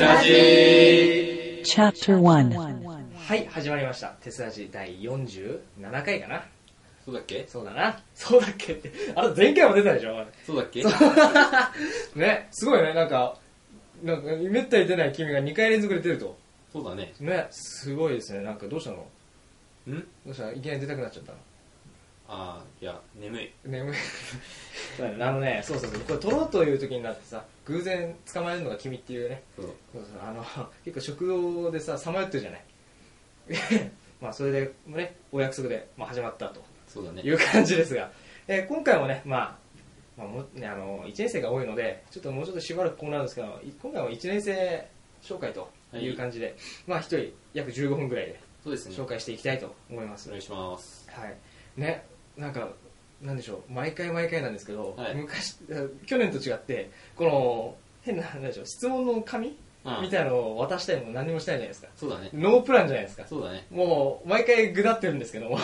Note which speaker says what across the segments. Speaker 1: ラジー
Speaker 2: Chapter 1
Speaker 1: はい、始まりました。テスラジ第47回かな。
Speaker 3: そうだっけ
Speaker 1: そうだな。そうだっけって。あれ、前回も出たでしょ
Speaker 3: そうだっけ
Speaker 1: ね、すごいね、なんか、なんか、めったに出ない君が2回連続で出ると。
Speaker 3: そうだね。
Speaker 1: ね、すごいですね。なんか、どうしたの
Speaker 3: ん
Speaker 1: どうしたいきなり出たくなっちゃったの
Speaker 3: ああ、いや、眠い。
Speaker 1: 眠い。そう だねあのね、そうそうそう。これ撮ろうという時になってさ、偶然捕まえるのが君っていうね。
Speaker 3: そう。
Speaker 1: そうそうあの 結構食堂でささまよってるじゃない まあそれでねお約束で、まあ、始まったと
Speaker 3: そうだね
Speaker 1: い。う感じですが、えー今回もね,、まあまあもねあの1年生が多いのでちょっともうちょっとしばらくこうなるんですけどい今回は1年生紹介という感じで、まあ1人約15分ぐらいで
Speaker 3: そうですね。
Speaker 1: 紹介していきたいと思います、
Speaker 3: お願いします。
Speaker 1: はいねなんかなんでしょう毎回毎回なんですけど、
Speaker 3: はい
Speaker 1: 昔去年と違ってこの変ななんでしょう質問の紙
Speaker 3: うん
Speaker 1: みたいなのを渡したりも何もしたいじゃないですか。
Speaker 3: そうだね。
Speaker 1: ノープランじゃないですか。
Speaker 3: そう だね。
Speaker 1: もう、毎回ぐだってるんですけども。
Speaker 3: うん。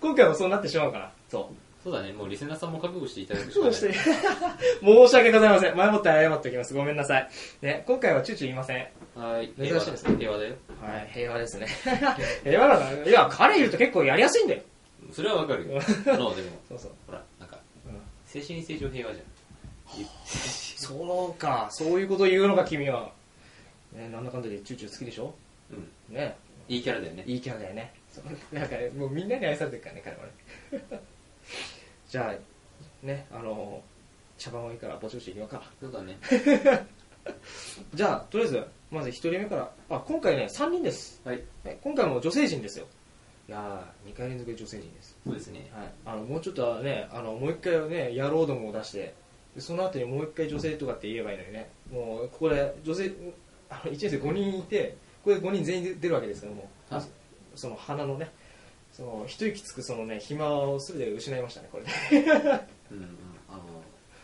Speaker 1: 今回もそうなってしまうから。そ
Speaker 3: そうだね。もうリスナーさんも覚悟していただく
Speaker 1: う。
Speaker 3: しかない。
Speaker 1: 申し訳ございません。前もって謝っておきます。ごめんなさい。ね、今回はチューチュー言いません。
Speaker 3: はい。
Speaker 1: 珍しいです
Speaker 3: ね。平和だよ。
Speaker 1: はい、平和ですね。 平和だな。いや、彼いると結構やりやすいんだよ。
Speaker 3: それはわかるよ。の、でも、
Speaker 1: そうそう。
Speaker 3: ほら、なんか、
Speaker 1: うん
Speaker 3: 精神正常平和じ
Speaker 1: そうか、そういうこと言うのか、君は。ね、なんだかんだでチューチュー好きでしょ
Speaker 3: ゃん。うん。
Speaker 1: ね、
Speaker 3: いいキャラだよね。
Speaker 1: いいキャラだよね。そうなんか、もうみんなに愛されてるからね、彼はね。 じゃあ、ね、あの、茶番はいいから、ぼちぼちいきまうか。
Speaker 3: そうだね。
Speaker 1: じゃあ、とりあえず、まず一人目から、あ、今回ね、3人です。
Speaker 3: はい。
Speaker 1: ね今回も女性陣ですよ。いやー、2回連続で女性陣です。
Speaker 3: そうですね。
Speaker 1: はい。あの、もうちょっとはね、あの、もう一回はね、野郎どもを出して、でその後にもう一回女性とかって言えばいいのにね。もう、ここで、女性、あの、1年生5人いて、ここで5人全員出るわけですから、もう。
Speaker 3: はい
Speaker 1: その鼻のね、その一息つくそのね、暇をすべて失いましたね、これで。
Speaker 3: うんうん。あの、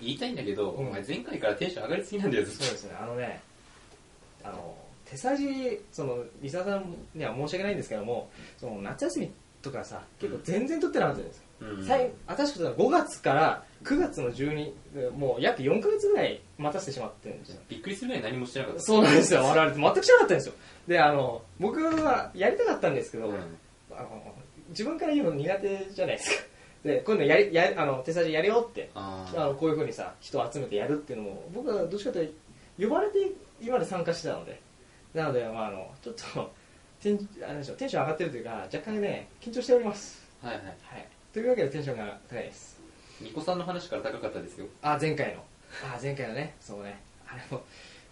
Speaker 3: 言いたいんだけど、
Speaker 1: うん
Speaker 3: お前前回からテンション上がりすぎなんだよ、ずっと
Speaker 1: そうですね、あのね、あの、手さじ、その、リサさんには申し訳ないんですけども、その夏休みとかさ、結構全然取ってなかったじゃないですか。
Speaker 3: うん。
Speaker 1: 最新しく取ったの5月から9月の12、もう約4ヶ月ぐらい待たせてしまってるんですよ。
Speaker 3: びっくりするぐらい何もしてなかった。
Speaker 1: そうなんですよ、我々全く知らなかったんですよ。で、あの、僕はやりたかったんですけど、
Speaker 3: うん。
Speaker 1: あの自分から言うの苦手じゃないですか。で、今度やり、やりあの、手さじやるよって
Speaker 3: あ
Speaker 1: あ
Speaker 3: あ。
Speaker 1: のこういうふうにさ人を集めてやるっていうのも僕はどっちかというと呼ばれて今まで参加してたのでなので、まあ、あのちょっとテンあれでしょうテンション上がってるというか若干ね緊張しております、
Speaker 3: はいはい。
Speaker 1: はい、というわけでテンションが高いです
Speaker 3: ニコさんの話から高かったですよ。
Speaker 1: あ前回のあ前回のねそうねあれも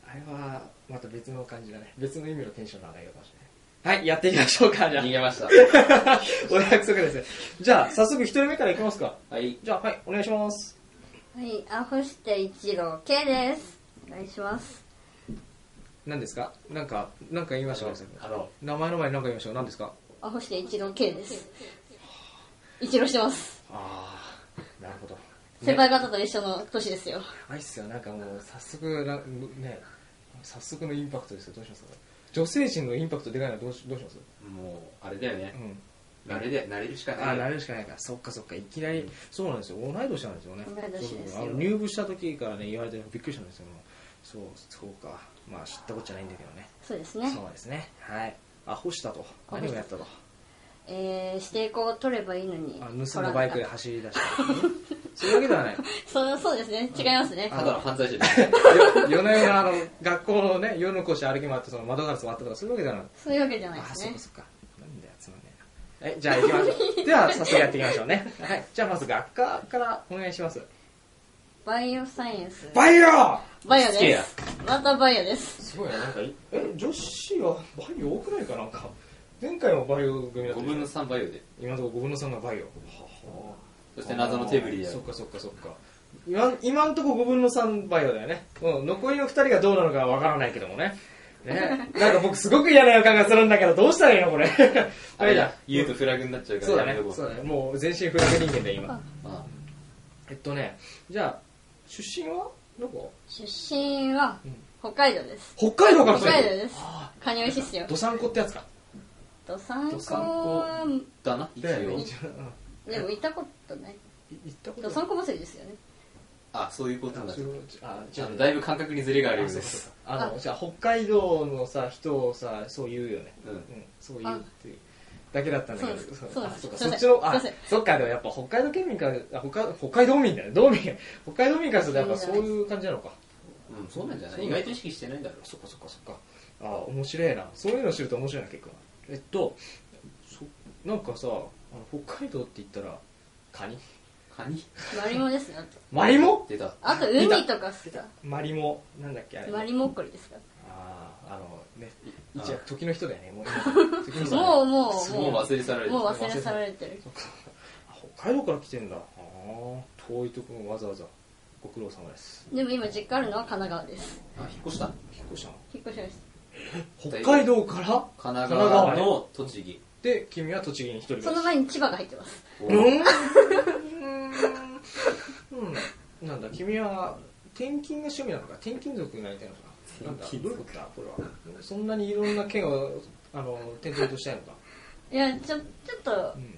Speaker 1: あれはまた別の感じだね別の意味のテンションの上がり方かもしれないはいやっていきましょうかじゃあ
Speaker 3: 逃げ ました。
Speaker 1: お約束ですねじゃあ早速一人目からいきますか
Speaker 3: はい。
Speaker 1: じゃあはいお願いします
Speaker 4: はい、アホして一郎 K です。お願いします。
Speaker 1: 何ですかなんかなんか言いましたか
Speaker 3: あの、
Speaker 1: 名前の前に何か言いましたよ何ですか
Speaker 4: アホして一郎 K です。一郎してます。
Speaker 1: ああなるほど
Speaker 4: 先輩方と一緒の年ですよ。
Speaker 1: やばいっすよなんかもう早速なね早速のインパクトですよどうしますか女性陣のインパクトでかいのどうしどうします
Speaker 3: もう、あれだよね
Speaker 1: う。ん
Speaker 3: 慣れで、慣れるしか
Speaker 1: あ
Speaker 3: な
Speaker 1: あ
Speaker 3: い。
Speaker 1: なれるしかないからそっかそっかいきなりそうなんですよ同い年なんですよね
Speaker 4: 同い年ですよ
Speaker 1: そうそうあの入部した時からね言われてびっくりしたんですよそうそうかまあ知ったことじゃないんだけどね
Speaker 4: そうですね。
Speaker 1: そうですねはいあ干したと何をやったと
Speaker 4: えー、指定校を取ればいいのに。
Speaker 1: あ盗
Speaker 4: 盗
Speaker 1: ん
Speaker 4: む
Speaker 1: だバイクで。走り出した そういうわけではない
Speaker 4: そう、そうですね。違いますね。
Speaker 3: ただの犯罪 者ですね。
Speaker 1: よ夜な夜なあの学校のね夜の講師歩き回ってその窓ガラス割ったとかそういうわけじゃない
Speaker 4: そういうわけじゃない
Speaker 1: あ
Speaker 4: で
Speaker 1: そ
Speaker 4: す
Speaker 1: っ
Speaker 4: ね
Speaker 1: か。そっかなんだよつまんねえなえじゃあ行きましょうでは早速やっていきましょうねはいじゃあまず学科からお願いします
Speaker 4: バイオサイエンス。
Speaker 1: バイオ
Speaker 4: バイオ
Speaker 3: 好き
Speaker 4: で
Speaker 3: や
Speaker 4: す。またバイオです。
Speaker 1: すごいねなんかえ女子はバイオ多くないかなんか前回もバイオ組だった
Speaker 3: 5
Speaker 1: でしょ
Speaker 3: 分の3倍よで。
Speaker 1: 今のところ5分の3がバイオ
Speaker 3: そして謎の手振りで
Speaker 1: そっかそっかそっか今今んとこ5分の3バイオだよね、うん、残りの2人がどうなのかわからないけどもね ね、なんか僕すごく嫌な予感がするんだけどどうしたらいいのこれ
Speaker 3: あれだ、言うとフラグになっちゃうから
Speaker 1: そうだね
Speaker 3: やめとこ
Speaker 1: そうだねもう全身フラグ人間で今
Speaker 3: あ
Speaker 1: えっとねじゃあ出身はどこ
Speaker 4: 出身は、北海道です。
Speaker 1: 北海道から来
Speaker 4: 北
Speaker 1: た
Speaker 4: 海道
Speaker 1: の
Speaker 4: です。カニ美味しいっすよ
Speaker 1: ど。さんこってやつか
Speaker 4: ドサンコ
Speaker 3: ドサンコ
Speaker 4: は、
Speaker 3: だな、一
Speaker 1: だよね
Speaker 3: 応。
Speaker 1: 一応うん
Speaker 4: でも行ったことない。
Speaker 1: い行ったこ
Speaker 4: ド
Speaker 1: と
Speaker 4: サ
Speaker 1: ない
Speaker 4: ンコ祭りですよね。
Speaker 3: ああそういうことなんだ
Speaker 1: そういうことあじゃ
Speaker 3: あ
Speaker 1: あ
Speaker 3: のだいぶ感覚にズレがあるよ
Speaker 1: あ
Speaker 3: う
Speaker 1: そう
Speaker 3: で
Speaker 1: かそう
Speaker 3: す
Speaker 1: かあのじゃあ北海道のさ人をさそう言うよね
Speaker 3: うん
Speaker 1: うんそう言うっていうだけだったんだけど
Speaker 4: そうです
Speaker 1: そう
Speaker 4: そう
Speaker 1: あ
Speaker 4: です
Speaker 1: そうか
Speaker 4: す
Speaker 1: そ
Speaker 4: い
Speaker 1: っ
Speaker 4: ま
Speaker 1: ち
Speaker 4: せん
Speaker 1: のあ
Speaker 4: すいま
Speaker 1: そっかでもやっぱ北海道県民からあ北海北海道民だよ 道民北海道民からするとやっぱそういう感じなのか
Speaker 3: うんそうなんじゃな
Speaker 1: そう
Speaker 3: い意外と意識してないんだろう
Speaker 1: そっかそっかそっかあ面白いなそういうの知ると面白いな結構えっとそなんかさあの北海道って言ったらカニ
Speaker 3: カニ
Speaker 4: マリモですねあと
Speaker 1: マリモ
Speaker 3: 出た
Speaker 4: あと海とかっすか
Speaker 1: マリモなんだっけあれ
Speaker 4: マリモっこりですか
Speaker 1: あーあのね
Speaker 3: あー
Speaker 1: 一応時の人だよ ねもう今時の人だね
Speaker 4: もうもう
Speaker 3: もう忘れ去られて
Speaker 4: もう忘れ去られてる
Speaker 1: そっか北海道から来てんだあー遠いとこわざわざご苦労様です
Speaker 4: でも今実家あるのは神奈川です
Speaker 3: あ引っ越した
Speaker 1: 引っ越したの
Speaker 4: 引っ越しました
Speaker 1: 北海道から
Speaker 3: 神奈川の栃木
Speaker 1: で君は栃木に一人暮ら
Speaker 4: そ
Speaker 1: し
Speaker 4: の前に千葉が入ってます
Speaker 1: う
Speaker 3: お
Speaker 1: ーんうんなんだ君は転勤が趣味なのか転勤族になりたいのかなんだ
Speaker 3: 転勤
Speaker 1: どういうことだこれはそんなにいろんな県をあの転々としたいのか、
Speaker 4: いやちょちょっと
Speaker 1: うん、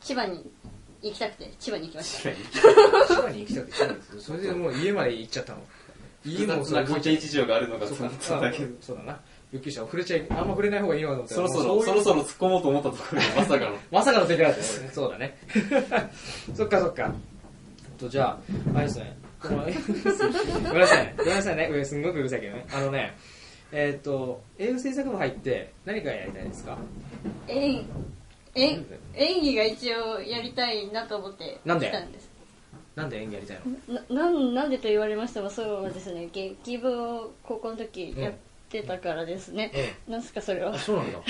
Speaker 4: 千葉に行きたくて千葉に行きまし
Speaker 3: 確か に
Speaker 1: 千葉に行きたくて千葉に行くそれでもう家まで行っちゃったの家
Speaker 3: 複
Speaker 1: も
Speaker 3: 雑な家庭事情があるのが
Speaker 1: そう
Speaker 3: そ
Speaker 1: か
Speaker 3: うだけど
Speaker 1: あそうだなびっくりした触れちゃいあんま触れない方がいいのかと思った
Speaker 3: そ
Speaker 1: ら
Speaker 3: ろそ
Speaker 1: も
Speaker 3: ろ
Speaker 1: う
Speaker 3: そ
Speaker 1: い
Speaker 3: うろ
Speaker 1: う
Speaker 3: そろ突っ込もうと思ったところがまさかの
Speaker 1: まさかの敵だったね俺ねそうだね そっかそっかえっとじゃああれですねこのごめんなさいねごめんなさいね上すんごくうるさいけどねあのねえーっ、と映画制作部入って何からやりたいですか
Speaker 4: た演演演技が一応やりたいなと思って
Speaker 1: なんで
Speaker 4: 来たんです
Speaker 1: なんで演技やりたいの
Speaker 4: ななんなんでと言われましてもそうですね劇部を高校の時やってたからですね、なんすかそれは
Speaker 1: あそうなんだへ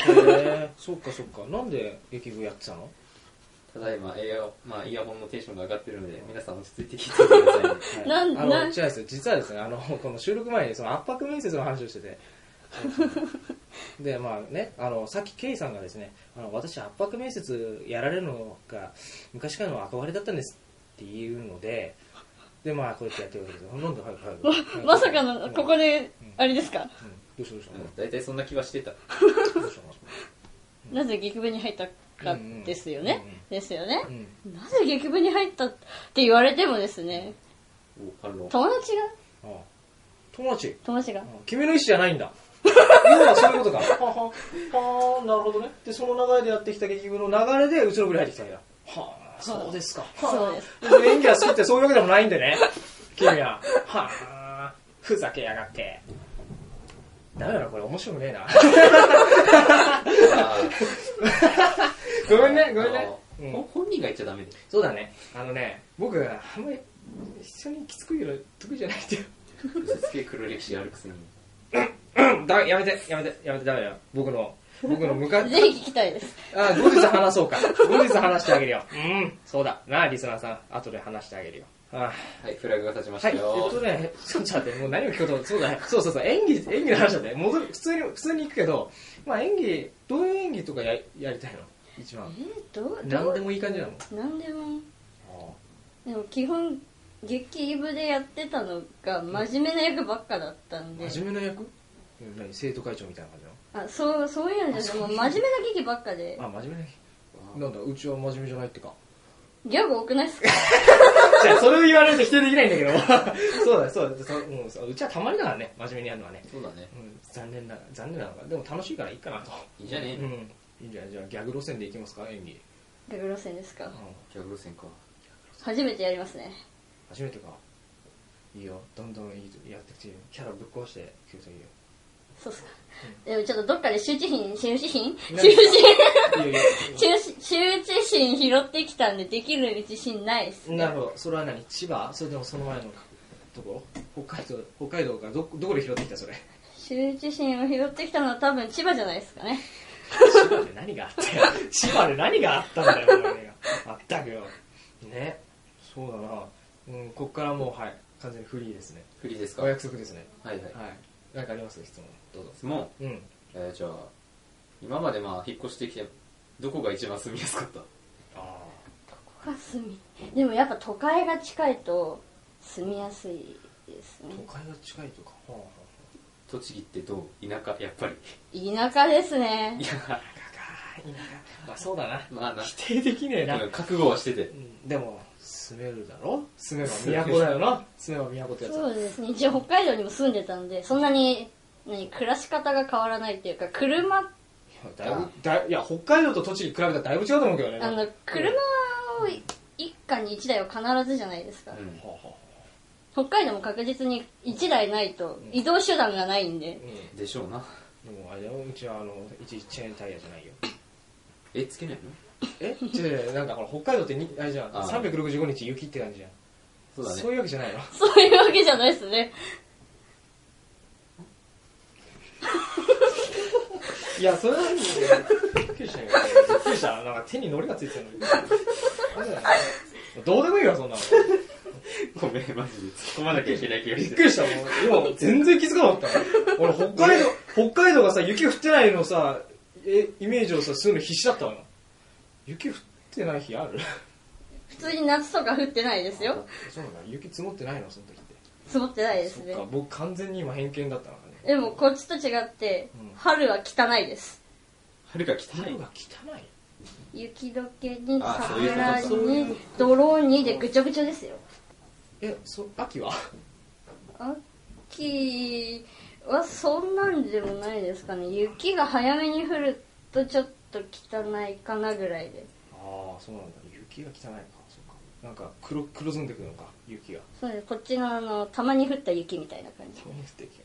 Speaker 1: えそっかそっかなんで劇部やってたの
Speaker 3: ただいまエア、まあ、イヤホンのテンションが上がってるので皆さん落ち着いて聞いてくださいね、はい
Speaker 4: なん
Speaker 1: あ
Speaker 4: な
Speaker 1: の違うんんですよ実はですねあの この収録前にその圧迫面接の話をして てでまあねあのさっきケイさんがですねあの私圧迫面接やられるのが昔からの憧れだったんですっていうのででまあこうやってやってるわけですよなんで早く早く
Speaker 4: まさかのここであれですか、
Speaker 1: うんどうしたどうした
Speaker 3: うん大体そんな気はしてた
Speaker 1: どうした
Speaker 4: なぜ劇部に入ったかですよね、
Speaker 1: うんうん
Speaker 4: ですよね
Speaker 1: う、ん
Speaker 4: なぜ劇部に入ったって言われてもですね
Speaker 3: お反論
Speaker 4: 友達が
Speaker 1: ああ友達
Speaker 4: 友達が
Speaker 1: 君の意思じゃないんだ。要 はそういうことか。はははあなるほどね。で、その流れでやってきた劇部の流れで、うちの部に入ってきたんだ。はあ、そうですか。はあ
Speaker 4: そうです
Speaker 1: でも演技が好きってそういうわけでもないんでね。君 は。はあ、ふざけやがって。ダメだな、これ面白くねえな。
Speaker 3: あ ー
Speaker 1: ごめんね、ごめんね。
Speaker 3: あの
Speaker 1: うん
Speaker 3: 本人が言っちゃダメで
Speaker 1: そうだね。あのね、僕、あんまり一緒にきつく言うの得意じゃないっていう。
Speaker 3: すげえ黒歴史あるくせに
Speaker 1: だやめて、やめて、やめて、ダメだよ。僕の、僕の向かっ
Speaker 4: ぜひ聞きたいです
Speaker 1: あ後日話そうか。後日話してあげるよ。うん、そうだ。なあ、リスナーさん。後で話してあげるよ。あ
Speaker 3: はいフラグが立ちまし
Speaker 1: はい。
Speaker 3: た
Speaker 1: えっ
Speaker 3: よ、
Speaker 1: とね、そうちょっと待って、もう何を聞こうと、そうだね。そうそうそう、演技、演技の話だね。戻る、普通に、普通に行くけど、まあ演技、どういう演技とかややりたいの一
Speaker 4: え
Speaker 1: 番。
Speaker 4: ー、どうど
Speaker 1: 何
Speaker 4: う
Speaker 1: でもいい感じなの
Speaker 4: なんでも
Speaker 1: あ
Speaker 4: でも基本劇部でやってたのが真面目な役ばっかだったんで
Speaker 1: あ真面目な役うん何生徒会長みたいな感じ
Speaker 4: あそうそういうのじゃなくてもう真面目な劇ばっかで
Speaker 1: なのあ、真面目な
Speaker 3: あ
Speaker 1: 役。なんだ、うちは真面目じゃないってか。
Speaker 4: ギャグ多くないっすか
Speaker 1: じゃあ、それを言われると否定できないんだけど。 そうだ、そうだ、そううんそううちはたまにだからね、真面目にやるのはね。
Speaker 3: そうだね
Speaker 1: うん、残念な、残念なのか。でも楽しいからいいかなと。
Speaker 3: いいじゃねえ、
Speaker 1: うん。いいんじゃないじゃあギャグ路線でいきますか、演技。
Speaker 4: ギャグ路線ですか
Speaker 3: ギャグ路線か
Speaker 4: 初めてやりますね
Speaker 1: 初めてか。いいよ。どんどんいいやってきてよ。キャラぶっ壊して、急いい
Speaker 4: そうっすかでもちょっとどっかで羞恥心羞恥心
Speaker 1: 何
Speaker 4: 羞恥心
Speaker 1: よ。いいよ、いい
Speaker 4: 羞恥羞恥心拾ってきたんでできる自信ないっ す
Speaker 1: よ。なるほど。それは何千葉それともその前のところ北海道、北海道からど、どこで拾ってきたそれ。
Speaker 4: 羞恥心を拾ってきたのは多分千葉じゃないですかね
Speaker 1: 千葉で何があったよ。 千葉で何があったんだよ、俺があったけど。ね。そうだな。うん、こっからもう、はい。完全にフリーですね。
Speaker 3: フリーですか
Speaker 1: お
Speaker 3: はい
Speaker 1: 約束ですね。
Speaker 3: はい
Speaker 1: はい。なんかあります質問。どうぞ。
Speaker 3: 質問、
Speaker 1: うん。
Speaker 3: えー、じゃあ今までまあ引っ越してきてどこが一番住みやすかった
Speaker 1: あ
Speaker 4: ここが住みでもやっぱ都会が近いと住みやすいです
Speaker 1: あ、
Speaker 4: ね
Speaker 1: 都会が近いとか。はあは
Speaker 3: 栃木ってどう田舎やっぱり
Speaker 4: 田舎ですね
Speaker 3: いや
Speaker 1: あ、いいなまあそうだな
Speaker 3: まあな、
Speaker 1: 否定できねえな、
Speaker 3: うん覚悟はしてて
Speaker 1: う。んでも住めるだろ住めば都だよな住めば都ってやつ
Speaker 4: そうですね一応北海道にも住んでたんでそんなに何暮らし方が変わらないっていうか車あ
Speaker 1: だいぶだいいや北海道と栃木比べたらだいぶ違うと思うけどね
Speaker 4: の車を一家に一台は必ずじゃないですか、
Speaker 3: うん。
Speaker 1: ほうほ
Speaker 4: 北海道も確実に一台ないと
Speaker 1: ん
Speaker 4: 移動手段がないんで
Speaker 1: う、うん
Speaker 3: でしょうな。
Speaker 1: でもあれだようちはあの一チェーンタイヤじゃないよ
Speaker 3: え、つけないの
Speaker 1: え違う違うなんかほら北海道ってにあれじゃん
Speaker 3: ああ
Speaker 1: 365日雪って感じじゃん
Speaker 3: そうだね。
Speaker 1: いうわけじゃないの
Speaker 4: そういうわけじゃないですね
Speaker 1: いやそれはねびっくりしたよびっくりしたなんか手に糊がついてるのにあれだよねどうでもいいわそんなの
Speaker 3: ごめん、マジで。突っ込まなきゃいけない気が
Speaker 1: びっ
Speaker 3: し
Speaker 1: く
Speaker 3: て。
Speaker 1: りしたもん今全然気づかなかった俺北海道北海道がさ雪降ってないのさえイメージをさするの必死だったわよ雪降ってない日ある
Speaker 4: 普通に夏とか降ってないですよ
Speaker 1: そうなんだ雪積もってないのその時って
Speaker 4: 積もってないです
Speaker 1: そっ
Speaker 4: ね
Speaker 1: か僕完全に今偏見だったのかね
Speaker 4: でもこっちと違って
Speaker 1: うん
Speaker 4: 春は汚いです
Speaker 3: はるか汚
Speaker 1: 色
Speaker 3: い。
Speaker 1: が汚い
Speaker 4: 雪解けに
Speaker 3: あそういうこと
Speaker 4: 桜
Speaker 3: そうい
Speaker 4: に泥にでぐちょぐちょですよ
Speaker 1: えそ秋は
Speaker 4: 秋はそんなんでもないですかね雪が早めに降るとちょっと汚いかなぐらいで
Speaker 1: ああそうなんだ雪が汚いかそうかなんか黒黒ずんでくるのか雪が
Speaker 4: そうですこっちのあのたまに降った雪みたいな感じ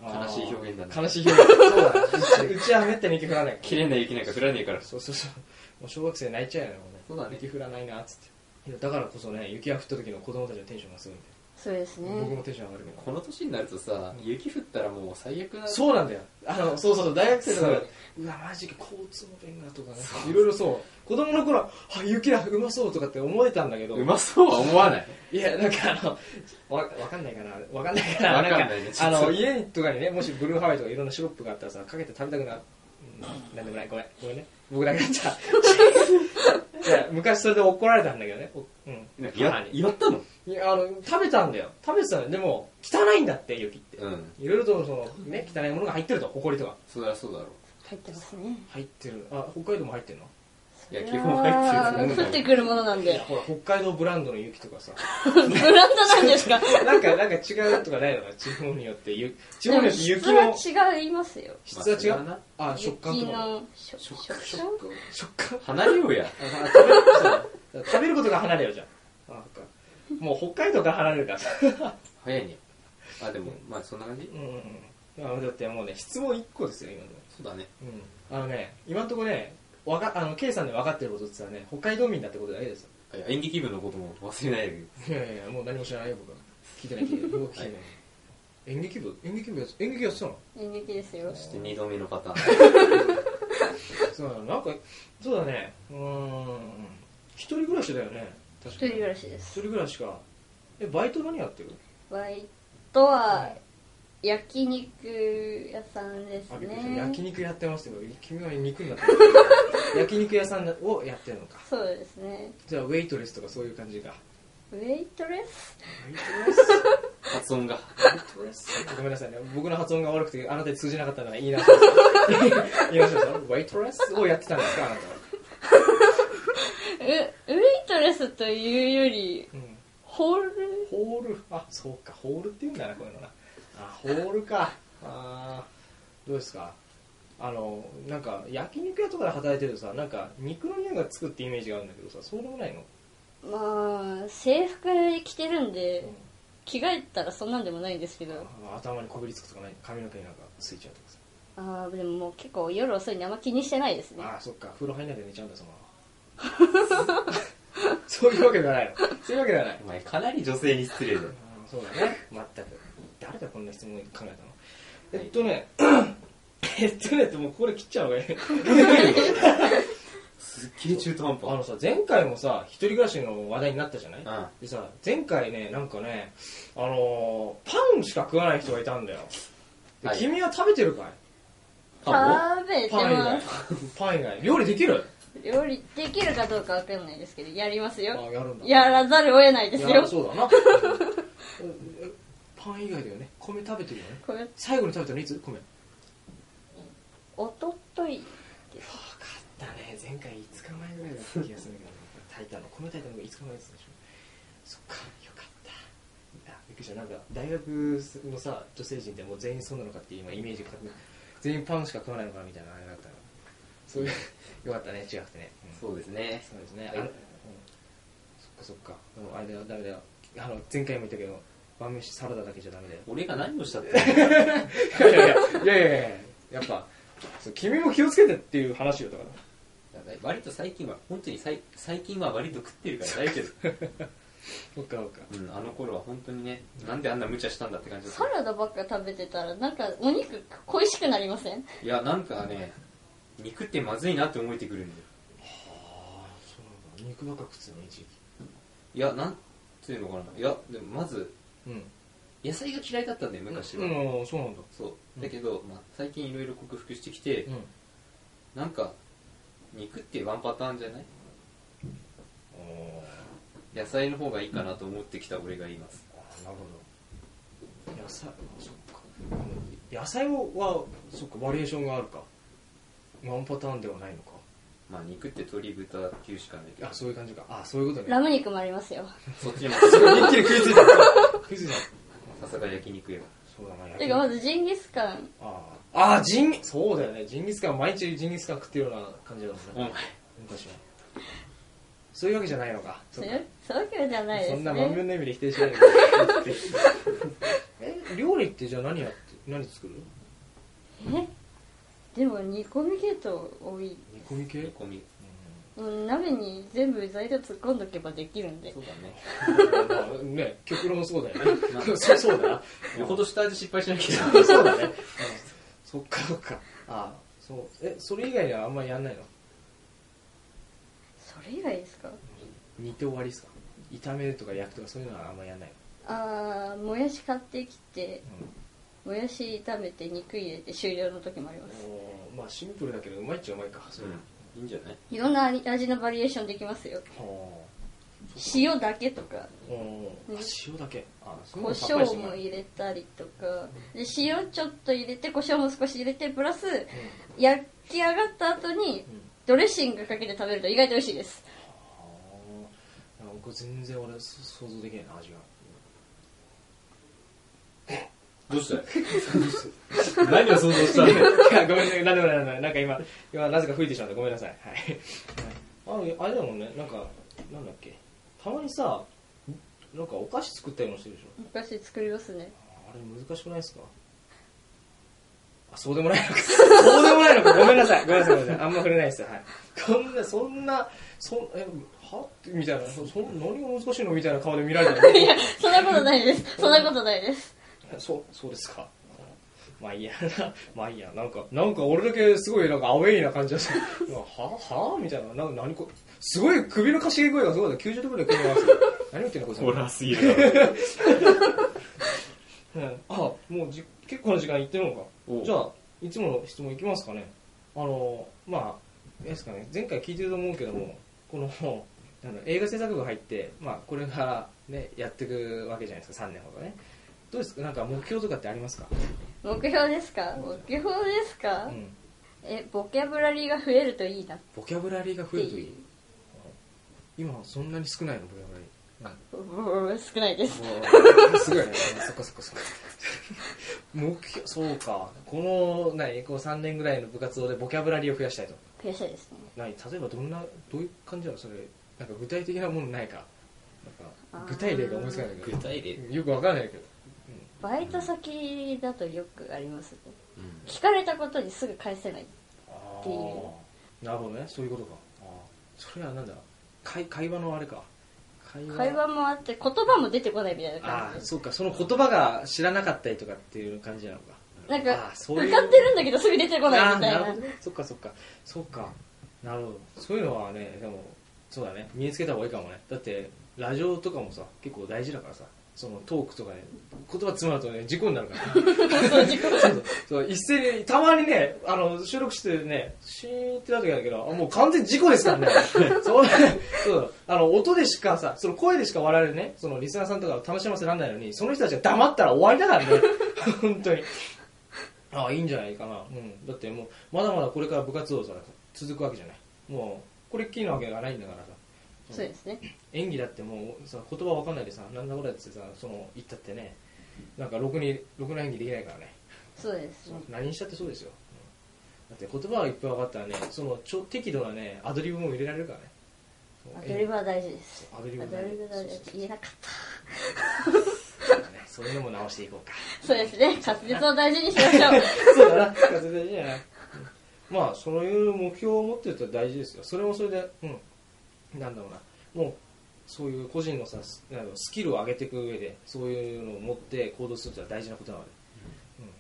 Speaker 1: 悲
Speaker 3: 悲しい表現だね
Speaker 1: 悲しい表現そうだね うちうちはめったに雪降らないから
Speaker 3: 綺麗な雪なんか降らねえから。
Speaker 1: そうそうそう。もう小学生泣いちゃうよね、もね
Speaker 3: そうだね
Speaker 1: 雪降らないな、っつって。いや、だからこそね、雪が降った時の子供たちのテンションがすごいんで。
Speaker 4: そうです
Speaker 1: 僕
Speaker 4: ね
Speaker 1: もテンション上がるけど。
Speaker 3: この年になるとさ、雪降ったらもう最悪な。
Speaker 1: そうなんだよ。あの、そうそうそう、大学生とか
Speaker 3: そう
Speaker 1: うわ、マジか、交通の便がとかね。いろいろそう。子供の頃は、あ、雪だ、うまそうとかって思えたんだけど、
Speaker 3: うまそうは思わない。
Speaker 1: いや、なんかあの、わ、わかんないかな、わかんないかな、
Speaker 3: わかんない
Speaker 1: んか
Speaker 3: ねちょ
Speaker 1: あ
Speaker 3: っと
Speaker 1: の、家とかにね、もしブルーハワイとかいろんなシロップがあったらさ、かけて食べたくな、うん、なんでもない、ごめん、ごめんね。僕だけだ った。いや、昔それで怒られたんだけどね、おうん。母
Speaker 3: や
Speaker 1: に、
Speaker 3: やったの
Speaker 1: いや、あの、食べたんだよ。食べてたのでも、汚いんだって、雪って。
Speaker 3: うん。
Speaker 1: いろいろと、その、ね、汚いものが入ってると、埃とか。
Speaker 3: そりゃそうだろう。
Speaker 4: 入ってますね
Speaker 1: 入ってる。あ、北海道も入ってるの
Speaker 3: いや、基本入ってる
Speaker 4: あー降ってくるものなん
Speaker 1: いや、
Speaker 4: で
Speaker 1: ほら、北海道ブランドの雪とかさ。
Speaker 4: ブランドなんですか
Speaker 1: なんか、なんか違うとかないのか、地方によって、ゆ地方によって雪
Speaker 4: で
Speaker 1: の
Speaker 4: も。質は違いますよ
Speaker 1: 質は違う、
Speaker 3: まあ
Speaker 1: あ食感
Speaker 4: 雪
Speaker 1: とか
Speaker 4: の食食
Speaker 1: 食感食感
Speaker 3: 離れようや。
Speaker 1: あ食べるそう食べることが離れようじゃんあなんかもう北海道から離れるからさ
Speaker 3: 早いね。あ、でも、まあそんな感じ
Speaker 1: うんうんうんあだってもうね質問1個ですよ今の、
Speaker 3: そうだね。
Speaker 1: うん、あのね今のところねわかあの K さんで分かってることって言ったらね北海道民だってことだけですよ
Speaker 3: いや演劇部のことも忘れないで。
Speaker 1: いやいやもう何も知らないよ僕は聞いてない聞いて ない僕は聞いてない、演劇部演劇部やつ演劇やってたの
Speaker 4: 演劇ですよ
Speaker 3: そして二度目のパターン。
Speaker 1: そうだなんかそうだねうーん一人暮らしだよね確
Speaker 4: 一
Speaker 1: かに
Speaker 4: 人暮らしです
Speaker 1: 一人暮らしかえバイト何やってる
Speaker 4: バイトは焼肉屋さんです
Speaker 1: あびっくりした
Speaker 4: ね
Speaker 1: 焼肉やってますよ君は肉になって る焼肉屋さんをやってるのか
Speaker 4: そうですね
Speaker 1: じゃあウェイトレスとかそういう感じか
Speaker 4: ウェイトレス
Speaker 1: ウェイトレス
Speaker 3: 発音が。
Speaker 1: ごめんなさいね僕の発音が悪くてあなたに通じなかったなら言い直します 言い直しますよウェイトレスをやってたんですかあなたは、
Speaker 4: ウウェイトレスというより
Speaker 1: うん、
Speaker 4: ホール
Speaker 1: ホールあそうかホールって言うんだなこういうのなあホールかあーどうですかあのなんか焼肉屋とかで働いてるとさなんか肉の匂いがつくってイメージがあるんだけどさそうでもないの
Speaker 4: まあ制服着てるんで着替えたらそんなんでもないんですけど
Speaker 1: あ頭にこびりつくとかない髪の毛になんかついちゃうとかさ
Speaker 4: あーでももう結構夜遅いんであんま気にしてないですね
Speaker 1: ああそっか風呂入んないで寝ちゃうんだそのままそういうわけじゃないのそういうわけじゃない
Speaker 3: お前、かなり女性に失礼だ
Speaker 1: あ
Speaker 3: よ。
Speaker 1: ーそうだね全く誰がこんな質問考えたのえっとね えっとねってもうこれ切っちゃうわね
Speaker 3: すっげえ中途半
Speaker 1: あ
Speaker 3: 端。
Speaker 1: のさ前回もさ一人暮らしの話題になったじゃない
Speaker 3: うん。
Speaker 1: でさ前回ねなんかねあのーパンしか食わない人がいたんだよで
Speaker 3: はい
Speaker 1: 君は食べてるかい
Speaker 3: パンを
Speaker 4: 食べて
Speaker 1: パン以
Speaker 4: ま
Speaker 1: 外
Speaker 4: す
Speaker 1: パン以外料理できる
Speaker 4: 料理できるかどうかわかんないですけどやります
Speaker 1: あ
Speaker 4: よ
Speaker 1: やるんだ
Speaker 4: やらざるを得ないです
Speaker 1: いや
Speaker 4: よ
Speaker 1: そうだなうんパン以外だよね米食べてるよね
Speaker 4: これ
Speaker 1: 最後に食べたのいつ米
Speaker 4: おととい
Speaker 1: だね前回5日前ぐらいだった気がするんだけど、タイタンの、このタイタンの5日前やつでしょ。そっか、よかった。あ、びっくりした。なんか、大学のさ、女性陣ってもう全員そうなのかって今イメージが、全員パンしか食わないのかなみたいなあれだったの。そういう、よかったね、違くてね。うん
Speaker 3: そうですね。
Speaker 1: そうですね。
Speaker 3: は
Speaker 1: あ
Speaker 3: い
Speaker 1: れうんそっかそっか。でもあれだよ、ダメだよ。あの、前回も言ったけど、晩飯サラダだけじゃダメだよ。
Speaker 3: 俺が何をした っ て。
Speaker 1: いやいやいやいやいやいや、やっぱ、そう君も気をつけてっていう話よ、だから。
Speaker 3: 割と最近は、本当に最最近は割と食ってるから大丈
Speaker 1: そっかそっか。
Speaker 3: 夫。うん、あの頃は本当にね、なんであんな無茶したんだって感じだっ
Speaker 4: サラダばっか食べてたらなんかお肉恋しくなりません
Speaker 3: た。いや、なんかね、肉ってまずいなって思えてくるんだよ。
Speaker 1: ああ、そうなんだ。肉ばっか食ってたの、一時期。
Speaker 3: いや、なんていうのかな。いや、でもまず、
Speaker 1: うん。
Speaker 3: 野菜が嫌いだったんだよ、昔は。
Speaker 1: うん、そうなんだ。
Speaker 3: そう。だけど、まあ、最近いろいろ克服してきて、
Speaker 1: うん。
Speaker 3: なんか、肉ってワンパターンじゃない
Speaker 1: おー
Speaker 3: 野菜の方がいいかなと思ってきた俺がいます。
Speaker 1: あーなるほど野菜そっか野菜はそっかバリエーションがあるかワンパターンではないのか
Speaker 3: まあ、肉って鶏豚牛しかないけど
Speaker 1: あ、そういう感じかあそういうことね
Speaker 4: ラム肉もありますよ
Speaker 3: そっちにも、さ
Speaker 1: 一気に食いついた食いついた
Speaker 3: すが焼肉や。
Speaker 1: そうだな焼
Speaker 4: て
Speaker 1: き
Speaker 4: かまずジンギスカン
Speaker 1: あーあージンそうだよねジンギスカン毎日ジンギスカン食ってるような感じだもん
Speaker 3: お前
Speaker 1: ね、昔はそういうわけじゃないのか
Speaker 4: そ
Speaker 1: そうっ
Speaker 4: い
Speaker 1: か
Speaker 4: うそういうわけじゃないです
Speaker 1: そ
Speaker 4: ね
Speaker 1: んな満面の意味で否定しないでえ料理ってじゃあ何やって何作る
Speaker 4: えでも煮込み系統多い
Speaker 1: 煮込み系
Speaker 3: 煮込み。
Speaker 4: うん鍋に全部材料突っ込んどけばできるんで
Speaker 3: そうだね。
Speaker 1: まあね、極論そうだよね。そうそうだな。
Speaker 3: よほど下味失敗しなきゃいけない。
Speaker 1: そうだね。うんそっかそっか。あそう。え、それ以外にはあんまりやんないの
Speaker 4: それ以外ですか
Speaker 1: 煮て終わりですか炒めるとか焼くとかそういうのはあんまりやんない
Speaker 4: あーもやし買ってきて
Speaker 1: の、
Speaker 4: もやし炒めて肉入れて終了の時もあります
Speaker 1: おーまあシンプルだけどうまいっちゃうまいか。それ
Speaker 3: うん。いいんじゃない
Speaker 4: いろんな味のバリエーションできますよ
Speaker 1: は
Speaker 4: 塩だけとか
Speaker 1: あおーあ塩だけ。あそういう
Speaker 4: 胡
Speaker 1: のさっぱりし
Speaker 4: 椒
Speaker 1: ても
Speaker 4: も
Speaker 1: らう
Speaker 4: 入れたりとかで塩ちょっと入れて胡椒も少し入れてプラス焼き上がった後に
Speaker 1: うんうん
Speaker 4: ドレッシングかけて食べると意外と美味しいです
Speaker 1: あーなんか僕全然俺そ想像できないな、味が。
Speaker 3: どうしたい 何を想像したの
Speaker 1: いや、ごめんなさい、なんでもない、なんでもない。なんか今、今、なぜか吹いてしまった。ごめんなさい。はい。はいあの、あれだもんね、なんか、なんだっけ。たまにさ、なんかお菓子作ったりもしてるでしょ。
Speaker 4: 昔作りますね
Speaker 1: あれ難しくないですかあ、そうでもないのか。 そうでもないのか。ごめんなさい。ごめんなさい、ごめんなさい。あんま触れないです。はい。こんな、そんな、そん、え、はってみたいな、そ、そん、何が難しいのみたいな顔で見られたの
Speaker 4: いやそんなことないですそんなことないで す
Speaker 1: そう、そうですか。まあいいや、 まあいいや、なんか、なんか俺だけすごいなんかアウェイな感じがする。 ははみたいな、な、何こ、すごい首のかしげ声がすごいね90度ぐらい声がする。何言ってんの こいつ。
Speaker 3: ラすぎるだろ。
Speaker 1: うん、あ、もうじ結構な時間いってるのか。
Speaker 3: おう
Speaker 1: じゃあ、いつもの質問いきますかね。あの、まあ、ですかね、前回聞いてると思うけども、この、あの映画制作部入って、まあ、これからね、やっていくわけじゃないですか、3年ほどね。どうですかなんか目標とかってありますか
Speaker 4: 目標ですか目標ですか、
Speaker 1: うん。
Speaker 4: えボキャブラリーが増えるといいな
Speaker 1: ボキャブラリーが増えるといい今そんなに少ないのボキャブラリー
Speaker 4: うー少ないです
Speaker 1: すごいね そっかそっかそっか目標そうかこの何こう3年ぐらいの部活動でボキャブラリーを増やしたいと
Speaker 4: 悔しいですね
Speaker 1: 何例えばどんなどういう感じなのそれなんか具体的なものないかなんか具体例が思いつかないんだけ
Speaker 3: 具体例。
Speaker 1: どよくわかんないけど
Speaker 4: バイト先だとよくありますね
Speaker 3: うん
Speaker 4: 聞かれたことにすぐ返せない
Speaker 1: あ
Speaker 4: って
Speaker 1: あなるほどねそういうことかあーそれはなんだ会会話のあれか会
Speaker 4: 会話もあって言葉も出てこないみたいな
Speaker 1: あ
Speaker 4: 感
Speaker 1: あ
Speaker 4: じ
Speaker 1: そうかその言葉が知らなかったりとかっていう感じなのか
Speaker 4: なん
Speaker 1: あ
Speaker 4: か
Speaker 1: そういう
Speaker 4: 分かってるんだけどすぐ出てこないみたい
Speaker 1: あー
Speaker 4: な
Speaker 1: るほどねそっかそっかそうかなるほどそういうのはねでもそうだね身につけた方がいいかもねだってラジオとかもさ結構大事だからさそのトークとかね言葉詰まるとね事故になるからそうそうそう一斉にたまにねあの収録してねシーンってなる時あるけどあもう完全に事故ですからねそうそうあの音でしかさその声でしか我々ねそのリスナーさんとかを楽しませられないのにその人たちが黙ったら終わりだからね本当にああいいんじゃないかな、うん、だってもうまだまだこれから部活動さ続くわけじゃないもうこれっきりなわけがないんだからさ
Speaker 4: そうですね
Speaker 1: 演技だってもうさ言葉わかんないでさなんだこれってさその言ったってねなんかろくにろくな演技できないからね
Speaker 4: そうですね
Speaker 1: 何にしたってそうですようんだって言葉がいっぱい分かったらねそのちょ適度なねアドリブも入れられるからね
Speaker 4: アドリブは大事です
Speaker 1: アドリブ
Speaker 4: ア
Speaker 1: は
Speaker 4: ド
Speaker 1: 大
Speaker 4: リ
Speaker 1: 事
Speaker 4: ブは大事言えなかっ
Speaker 1: そうだねそういうのも直していこうか
Speaker 4: たそうですね滑舌を大事にしましょう
Speaker 1: そうだな、風邪大事やな。まあ、そういう目標を持ってるって大事ですよ。それもそれで、うん、なんだろうな、もう、そういう個人のさ、スあのスキルを上げていく上で、そういうのを持って行動するってのは大事なことなので、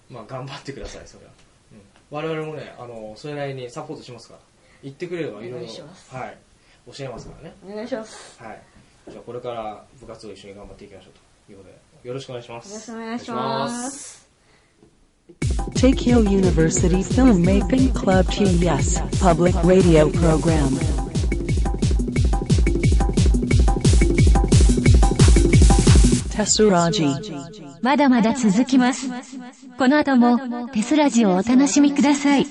Speaker 1: うん、まあ、頑張ってください、それは。うん、我々もね、あの、それなりにサポートしますから、言ってくれればいろい
Speaker 4: お願いします
Speaker 1: ろ、はい、教えますからね。
Speaker 4: お願いします
Speaker 1: はい。じゃあ、これから部活を一緒に頑張っていきましょうということで、よろしくお願いしま
Speaker 4: よろし
Speaker 1: す
Speaker 4: くお。願いします。
Speaker 2: Tokyo University Filmmaking Club TES Public Radio Program. Tessuraji.
Speaker 5: まだまだ続きます。この後もテスラジをお楽しみください。